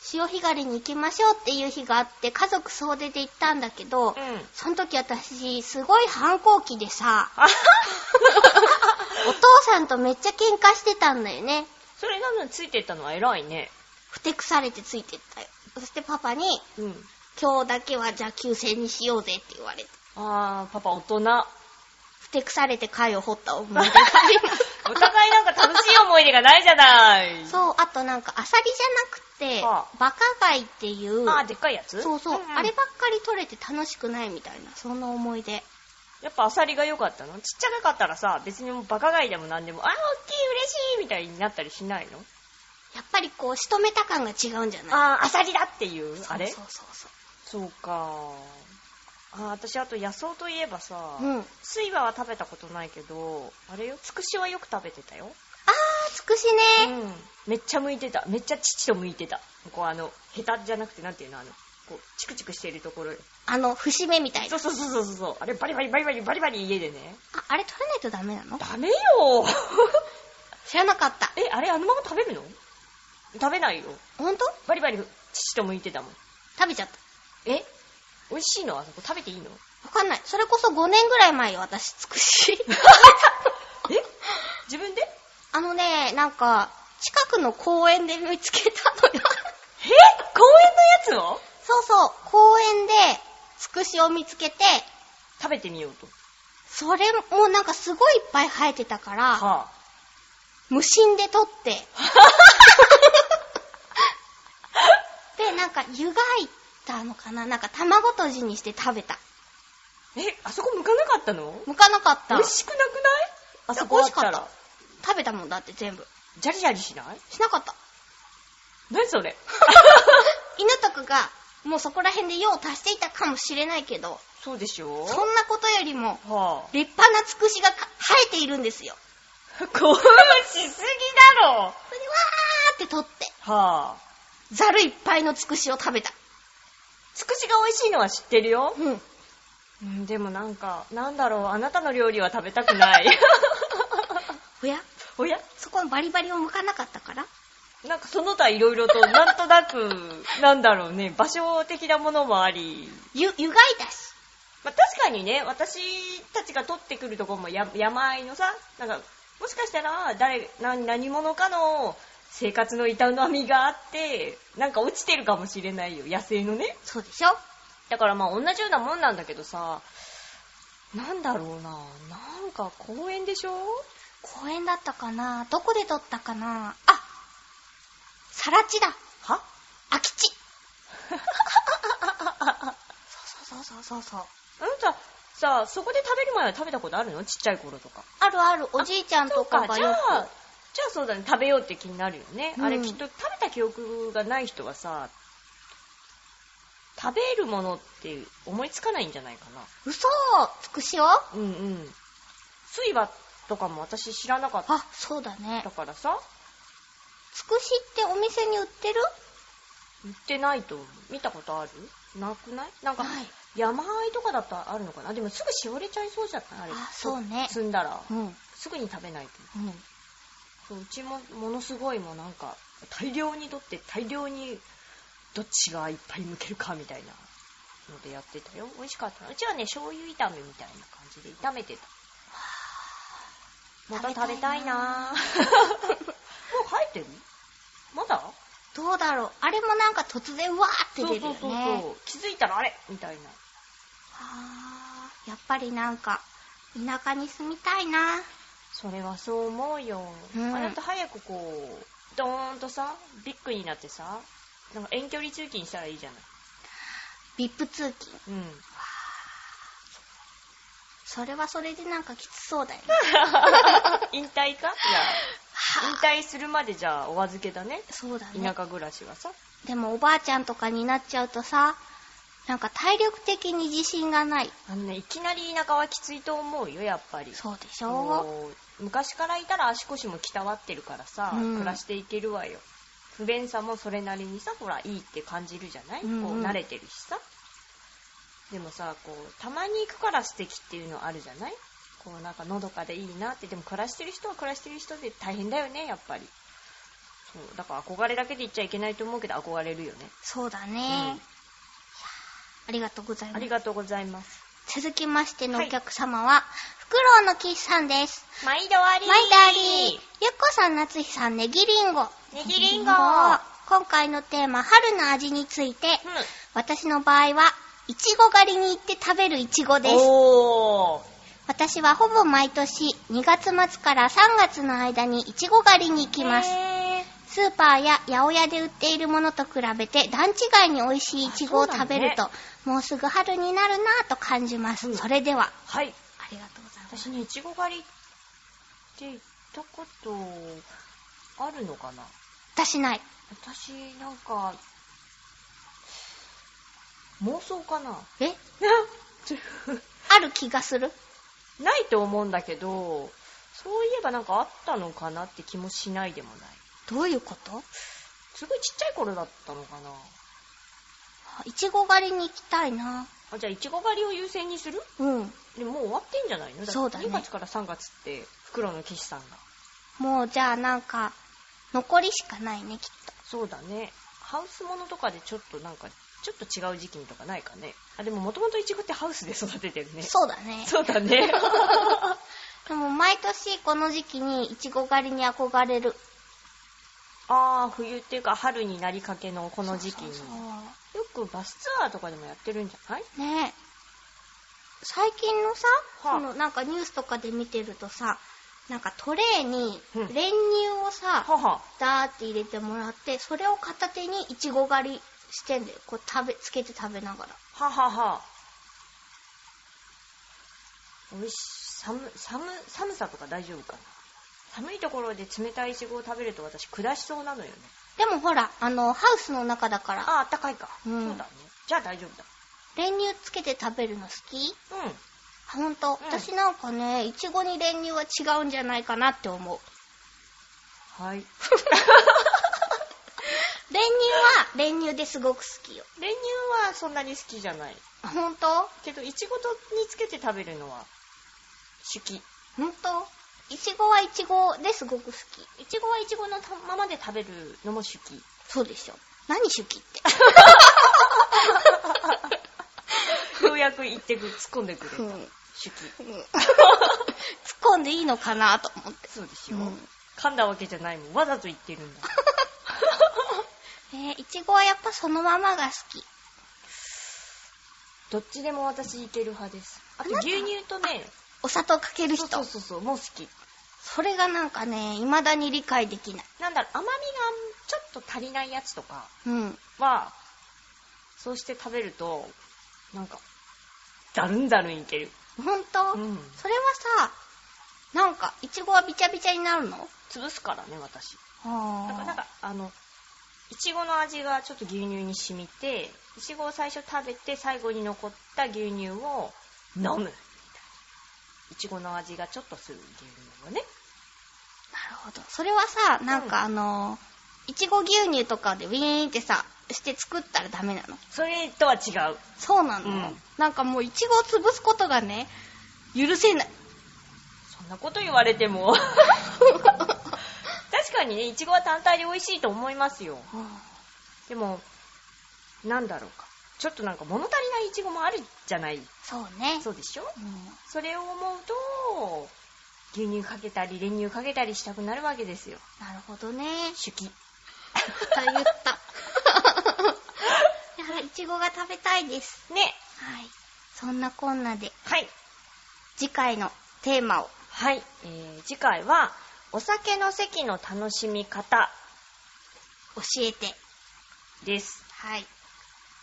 A: 潮干狩りに行きましょうっていう日があって、家族総出で行ったんだけど、
B: うん
A: その時私、すごい反抗期でさ、
B: あ
A: お父さんとめっちゃ喧嘩してたんだよね。
B: それなのについてったのは偉いね
A: ふてくされてついてったよ。そしてパパに、
B: うん
A: 今日だけはじゃあ休戦にしようぜって言われて、
B: あーパパ大人
A: ふてくされて貝を掘った思い出があります。
B: お互いなんか楽しい思い出がないじゃない
A: そう、あとなんか、アサリじゃなくて、
B: はあ
A: バカ貝っていう、
B: あーでっかいやつ
A: そうそう、
B: んん
A: あればっかり取れて楽しくないみたいな、そんな思い出。
B: やっぱアサリが良かったのちっちゃかったらさ、別にもうバカ貝でも何でも、あー、大きい、嬉しいみたいになったりしないの
A: やっぱりこう、仕留めた感が違うんじゃない
B: あー、アサリだっていう、あれ
A: そうそうそう
B: そうかあー、私あと野草といえばさ、
A: そう。うん。あー、
B: スイバは食べたことないけど、あれよ、つくしはよく食べてたよ。
A: つくし
B: う
A: ね。
B: ん。めっちゃ剥いてた。めっちゃ父と剥いてた。こうあの、ヘタじゃなくて、なんていうの、あの、こう、チクチクしているところよ。
A: あの、節目みたいな
B: そう。そうそうそうそう。あれ、バリバリバリバリバリバリ家でね。
A: あ、あれ取らないとダメなの
B: ダメよ
A: 知らなかった。
B: え、あれ、あのまま食べるの食べないよ。
A: ほんと
B: バリバリ、父と剥いてたもん。
A: 食べちゃった。
B: え美味しいのあそこ食べていいの
A: わかんない。それこそ5年ぐらい前よ、私、つく し。
B: え 自分で
A: あのね、なんか、近くの公園で見つけたの よ。
B: え公園のやつを
A: そうそう、公園で、つくしを見つけて、
B: 食べてみようと。
A: それもなんかすごいいっぱい生えてたから、
B: は
A: 無心で取 って。で、なんか湯がいたのかななんか卵とじにして食べた。
B: ぁえ、あそこ向かなかったの
A: むかなかった
B: 美。味しくなくないあそこあった。
A: 美味しから食べたもんだって全部。
B: ジャリジャリしない
A: しなか った。
B: 何そ れ
A: 犬とかが、もうそこら辺で用を足していたかもしれないけど、
B: そうでしょ
A: そんなことよりも、
B: は ぁ、
A: 立派なつくしがか生えているんですよ。
B: 興奮しすぎだろ
A: それでわーって取って、
B: はぁ、
A: ざるいっぱいのつくしを食べた。
B: つくしが美味しいのは知ってるよ。
A: うん。
B: うん、でもなんか、なんだろう、あなたの料理は食べたくない。
A: おや
B: おや
A: そこのバリバリを向かなかったから
B: なんかその他いろいろと、なんとなく、なんだろうね、場所的なものもあり、
A: ゆ、湯がいたし。
B: まあ、確かにね、私たちが取ってくるとこもや山あいのさ、なんか、もしかしたら誰、何、何者かの生活の営みがあって、なんか落ちてるかもしれないよ、野生のね。
A: そうでしょ
B: だからまあ同じようなもんなんだけどさ、なんだろうな、なんか公園でしょ
A: 公園だったかなどこで撮ったかなあさら地だ
B: は
A: 空き 地そうそうそうそうそうそう。
B: あなた、さ、そこで食べる前は食べたことあるのちっちゃい頃とか。
A: あるある、おじいちゃんとか
B: そ
A: が
B: うじゃ
A: よ
B: あ、じゃあそうだね、食べようって気になるよね。
A: うん
B: あれきっと食べた記憶がない人はさ、食べるものって思いつかないんじゃないか
A: く。嘘つくしをあ、
B: な。うんうん。水場とかも私知らなかっ
A: そうだね
B: た。からさ、
A: つくしってお店に売ってる
B: 売ってないと思う見たことあるなくないなんか、
A: はい
B: 山あいとかだったらあるのかなでもすぐしおれちゃいそうじゃないあれ。
A: あそうね
B: 積んだら。
A: うん。
B: すぐに食べないと。
A: うん。
B: そううちもものすごいもうなんか大量に取って大量にどっちがいっぱい剥けるかみたいなのでやってたよ美味しかったなうちはね醤油炒めみたいな感じで炒めてたまた食べたいなぁ もう生えてるまだ
A: どうだろう。あれもなんか突然うわーって
B: そう
A: 出る
B: そ
A: よ
B: う
A: ね。
B: そうそう気づいたらあれみたいな
A: あーやっぱりなんか、田舎に住みたいな。
B: それはそう思うよ、
A: うん
B: あなた早くこうドーンとさビッグになってさなんか遠距離通勤したらいいじゃない
A: ビップ通勤。
B: うん
A: それはそれでなんかきつそう だよね。
B: 引退かじゃあ、引退するまでじゃあお預けだね。
A: そうだね
B: 田。舎暮らしはさ。
A: でもおばあちゃんとかになっちゃうとさ、なんか体力的に自信がない。
B: あのね、いきなり田舎はきついと思うよ、やっぱり。
A: そうでしょ
B: もう昔からいたら足腰もきたわってるからさ、
A: うん
B: 暮らしていけるわよ。不便さもそれなりにさ、ほら、いいって感じるじゃない、
A: うんうん
B: こう、慣れてるしさ。でもさ、こう、たまに行くから素敵っていうのあるじゃないこう、なんか、のどかでいいなって。でも、暮らしてる人は暮らしてる人で大変だよね、やっぱり。そう、だから憧れだけで言っちゃいけないと思うけど、憧れるよね。
A: そうだね。いやーありがとうござい
B: あ
A: ま
B: り
A: す。
B: がとうございます。
A: 続きましての
B: は
A: お
B: い
A: 客様は、フクロウのキスさんです。
B: 毎度あり
A: マイダーリー、ゆっこさん、なつひさん、ネギリンゴ。
B: ネギリンゴ
A: 今回のテーマ、春の味について、私の場合は、いちご狩りに行って食べるいちご
B: うん。
A: です。
B: おー。
A: 私はほぼ毎年、2月末から3月の間にいちご狩りに行きます。
B: へ
A: スーパーや八百屋で売っているものと比べて段違いに美味しいイチゴを食べると、
B: あそ
A: もうすぐ春になるなぁと感じます、
B: うん
A: それでは
B: ーはい。
A: ありがとうございます
B: 私ね、いちご狩りって行ったことあるのかな
A: 私ない
B: 私、なんか、妄想かな
A: えある気がする
B: ないと思うんだけど、そういえばなんかあったのかなって気もしないでもない。
A: どういうこと
B: すごいちっちゃい頃だったのかな
A: あいちご狩りに行きたいな
B: あ、じゃあ、いちご狩りを優先にする
A: うん
B: でももう終わってんじゃないのって
A: そうだね
B: 2月から3月って、袋の騎士さんが。
A: もうじゃあなんか残りしかないねきっと
B: そうだね。ハウスものとかでちょっとなんか、ちょっと違う時期にとかないかね。あ、でももともとイチゴってハウスで育ててるね。
A: そうだね
B: そうだ ね。
A: でも毎年この時期にいちご狩りに憧れる
B: ああ、冬っていうか春になりかけのこの時期に。
A: そうそうそう
B: よくバスツアーとかでもやってるんじゃない
A: ねえ。最近のさ、
B: は
A: そ
B: あ
A: のなんかニュースとかで見てるとさ、なんかトレーに
B: うん
A: 練乳をさ、
B: はは。
A: ダーって入れてもらって、それを片手にイチゴ狩りしてんだよ。こう食べ、つけて食べながら。
B: ははは。おいし、寒、寒、寒さとか大丈夫かな寒いところで冷たいイチゴを食べると私下しそうなのよね。
A: でもほら、あの、ハウスの中だから、
B: ああ、あったかいか。
A: うん
B: そうだね。じゃあ大丈夫だ。
A: 練乳つけて食べるの好き
B: うん。
A: あほんと、私なんかね、イチゴに練乳は違うんじゃないかなって思う。
B: はい。
A: 練乳は練乳ですごく好きよ。
B: 練乳はそんなに好きじゃない。
A: あほんと
B: けど、いちごとにつけて食べるのは、好き。
A: ほんといちごはいちごですごく好き。
B: いちごはいちごのままで食べるのも好き。
A: そうでしょ。何手記って。
B: ようやく言ってく、突っ込んでくれた。
A: うん
B: 好
A: うん突っ
B: き。
A: 込んでいいのかなと思って。
B: そうです
A: う
B: よ、
A: ん
B: 噛んだわけじゃないもん。わざと言ってるんだ。
A: えー、いちごはやっぱそのままが好き。
B: どっちでも私いける派です。あと
A: あなた
B: 牛乳とね、
A: お砂糖かける
B: そ
A: 人。
B: う
A: そ
B: そうそうそう、もう好き。
A: れがなんかね、未だに理解できない。
B: なんだろう、甘みがちょっと足りないやつとか
A: うん。
B: は、そうして食べると、なんか、だるんだるんいける。
A: ほんと、
B: うん。
A: それはさ、なんか、いちごはびちゃびちゃになるの
B: 潰すからね、私。
A: あ
B: なんか、
A: ー
B: なんか、あの、いちごの味がちょっと牛乳に染みて、いちごを最初食べて、最後に残った牛乳を飲むみたいな。いちごの味がちょっとする牛乳をね。
A: なるほど。それはさ、なんかあのー、いちご牛乳とかでウィーンってさ、して作ったらダメなの。
B: それとは違う。
A: そうなの、
B: うん
A: なんかもういちごを潰すことがね、許せない。
B: そんなこと言われても。 確かにね、いちごは単体で美味しいと思いますよ。でも、なんだろうか。ちょっとなんか物足りないいちごもあるじゃない。
A: そうね。
B: そうでしょ
A: うん
B: それを思うと、牛乳かけたり練乳かけたりしたくなるわけですよ。
A: なるほどね。
B: 手記。
A: また言った。 いや、いちごが食べたいです。
B: ね。
A: はい。そんなこんなで、
B: はい。
A: 次回のテーマを。
B: はい。えー、次回は、お酒の席の楽しみ方
A: 教えて。
B: です。
A: はい。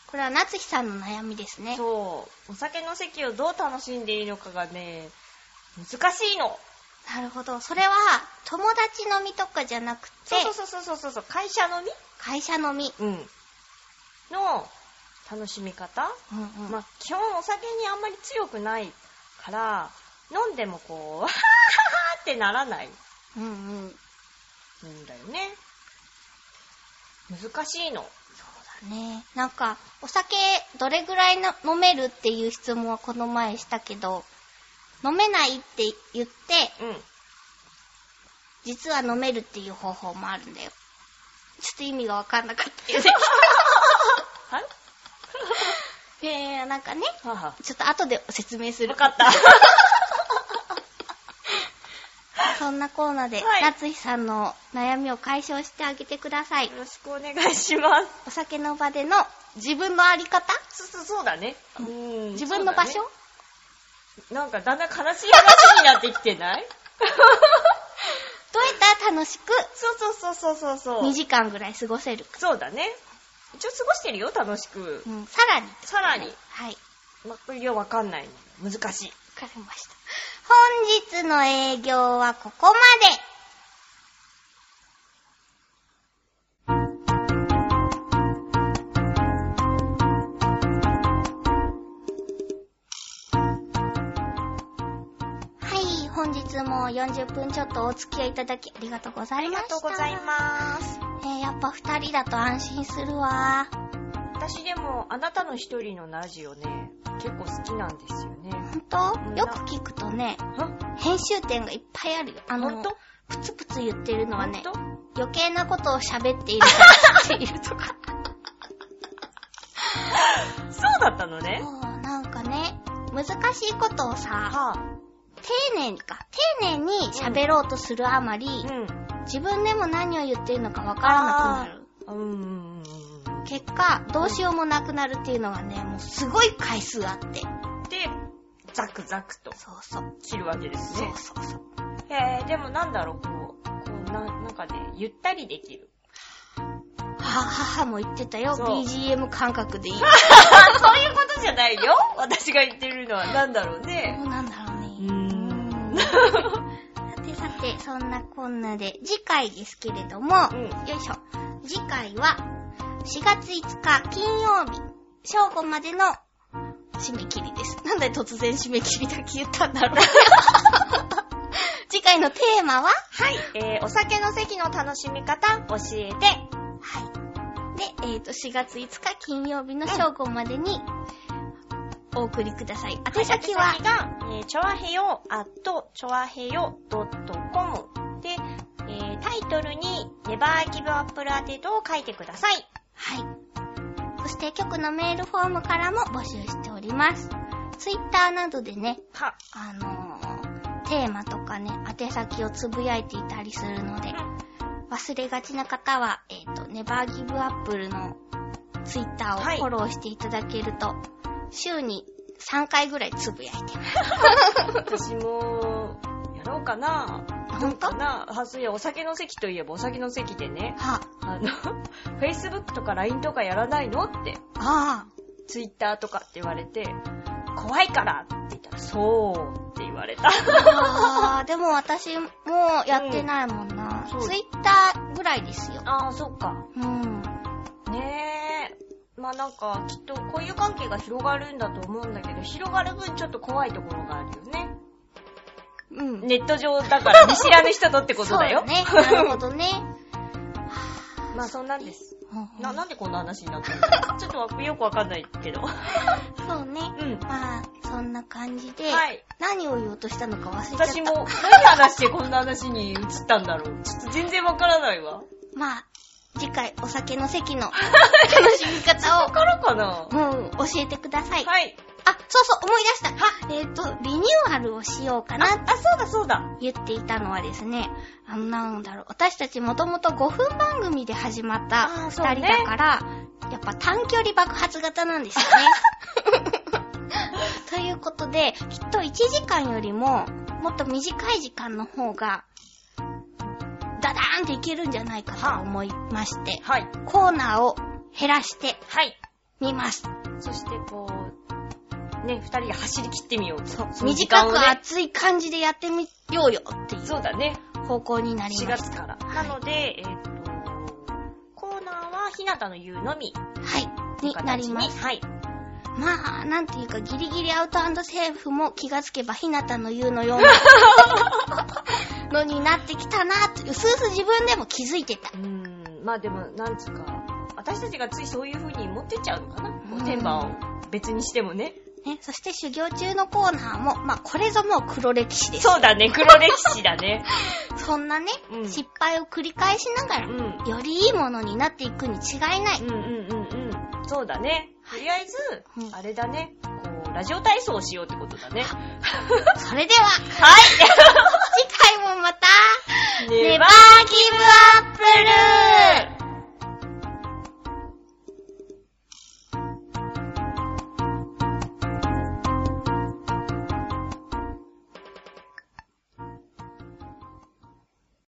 A: これは夏日さんの悩みですね。
B: そう。お酒の席をどう楽しんでいいのかがね、難しいの。
A: なるほど。それは、友達飲みとかじゃなくて、
B: そうそうそうそうそうそう、会社飲み
A: 会社飲み。
B: うん。の、楽しみ方、
A: うんうん。
B: まあ、基本お酒にあんまり強くないから、飲んでもこう、わーってならないん
A: うんうん。
B: だよね。難しいの。
A: そうだね。なんか、お酒どれぐらいの飲めるっていう質問はこの前したけど、飲めないって言って、
B: うん。
A: 実は飲めるっていう方法もあるんだよ。ちょっと意味がわかんなかった よね。
B: はい
A: いやいや、なんかね、
B: はは。
A: ちょっと後で説明す
B: わ
A: る。
B: かった。
A: そんなコーナーで、
B: はい
A: 夏日さんの悩みを解消してあげてください
B: よ。ろしくお願いします。
A: お酒の場での自分のあり方
B: そうそうそうだね。うん
A: 自分の場所、
B: そうだねなんかだんだん悲しい話になってきてない
A: どうやったら楽しく
B: そうそうそうそうそうそ
A: 2
B: う。
A: 時間ぐらい過ごせるか。
B: そうだね。一応過ごしてるよ、楽しく
A: う。ん、さらに。
B: さらに、
A: はい。
B: ま、これよくわかんない。難しい。
A: わかりました。本日の営業はここまで。はい、本日も40分ちょっとお付き合いいただきありがとうござ
B: あ
A: い
B: り
A: ま
B: が
A: した。
B: とうございます。
A: す。えー、やっぱ二人だと安心するわ。
B: 私でも、あなたの一人のラジオね、結構好きなんですよね。
A: ほんとよく聞くとね、
B: あ、
A: 編集点がいっぱいあるよ。あ
B: ほ
A: の
B: んと、
A: プツプツ言ってるのは
B: ほん
A: ね、
B: と
A: 余計なことを喋っているからっていうとか。
B: そうだったのね。
A: も うなんかね、難しいことをさ、
B: は
A: 丁寧にか、丁寧に喋ろうとするあまり、
B: ぁ。うん。
A: 自分でも何を言ってるのかわからなくなる。
B: うんうんうんうんうん。
A: 結果、どうしようもなくなるっていうのがね、もうすごい回数あって。
B: で、ザクザクと
A: そうそう。
B: 切るわけです
A: そ
B: ね
A: う。そうそう。
B: えー、でもなんだろう、こう、こうな、なんかね、ゆったりできる。
A: はははも言ってたよ。
B: そう
A: BGM 感覚でいい。
B: そういうことじゃないよ私が言ってるのはなんだろうね。
A: そうなんだろうね。
B: ん。
A: さてさて、そんなこんなで、次回ですけれども、
B: うん
A: よいしょ。次回は、4月5日金曜日、正午までの締め切りです。なんで突然締め切りだけ言ったんだ ろう。次回のテーマは
B: はい、えー、お酒の席の楽しみ方教えて。
A: はい。で、えっ、と、4月5日金曜日の正午までに、お送りください。宛先は
B: 宛先、が、えー、ちょわへよ、アット、ちょわへよ .com で、えー、タイトルに、ネバーギブアップルアテドを書いてください。
A: はい。そして局のメールフォームからも募集しております。ツイッターなどでね、
B: は、
A: あのー、テーマとかね、宛先をつぶやいていたりするので、忘れがちな方は、えっ、と、ネバーギブアップルのツイッターを
B: はい
A: フォローしていただけると、週に3回ぐらいつぶやいてます。
B: 私も、やろうかな。
A: ほんと
B: かな。はずや、お酒の席といえばお酒の席でね、
A: は、
B: あの、Facebook とか LINE とかやらないのって、
A: あ
B: Twitter とかって言われて、怖いからって言ったら、そうって言われた。
A: あ。ああ、でも私もやってないもんな。
B: うんそう
A: ツイッターぐらいですよ。
B: ああ、そっか。
A: うん。
B: ねえ。まあなんか、きっとこういう関係が広がるんだと思うんだけど、広がる分ちょっと怖いところがあるよね。
A: うん。
B: ネット上だから見知らぬ人とってことだよ。
A: そうね。 なるほどね。
B: まあそんなんです。
A: うん
B: な、なんでこんな話になったのちょっとわよくわかんないけど。
A: そうね。
B: うん。
A: まあ、そんな感じで、
B: はい
A: 何を言おうとしたのか忘れちゃった。
B: 私も、何話してこんな話に移ったんだろう。ちょっと全然わからないわ。
A: まあ、次回お酒の席 の楽しみ方
B: わかるかな
A: を、うん、教えてください。
B: はい。
A: あ、そうそう、思い出した。えっ、と、リニューアルをしようかな。
B: あ、そうだそうだ。
A: 言っていたのはですね、あの、なんだろう、私たちもともと5分番組で始まった
B: あーそう
A: 2
B: ね
A: 人だから、やっぱ短距離爆発型なんですよね。 ということで、きっと1時間よりも、もっと短い時間の方が、ダダーンっていけるんじゃないかと思いまして、
B: はい。
A: コーナーを減らして
B: はい。
A: みます。
B: そしてこう、ね、二人で走り切ってみようと。そう、
A: 短く
B: ね。
A: 熱い感じでやってみようよってい
B: そうだね。
A: う方向になり
B: 4
A: まし
B: 月
A: た。
B: から。
A: はい
B: なので、えっ、と、コーナーはひなたの言うのみ。
A: はい。
B: という形
A: になります
B: はい。
A: まあ、なんていうか、ギリギリアウトセーフも気がつけば、ひなたの言うのよう なのになってきたなって、うすうす自分でも気づいてた
B: う。ーん、まあでも、なんつうか、私たちがついそういう風に持ってっちゃうのかな。こう天板を別にしてもね。
A: ね、そして修行中のコーナーも、まあ、これぞもう黒歴史です。
B: そうだね、黒歴史だね。
A: そんなね、
B: うん
A: 失敗を繰り返しなが
B: う
A: ら、
B: ん。
A: よりいいものになっていくに違いない。
B: うんうんうんうん。そうだね。とりあえず、
A: うん
B: あれだね。こう、ラジオ体操をしようってことだね。
A: それで は、
B: はい
A: 次回もまた、
B: ネ
A: ネ
B: バ
A: バ
B: ー
A: ーギブアップル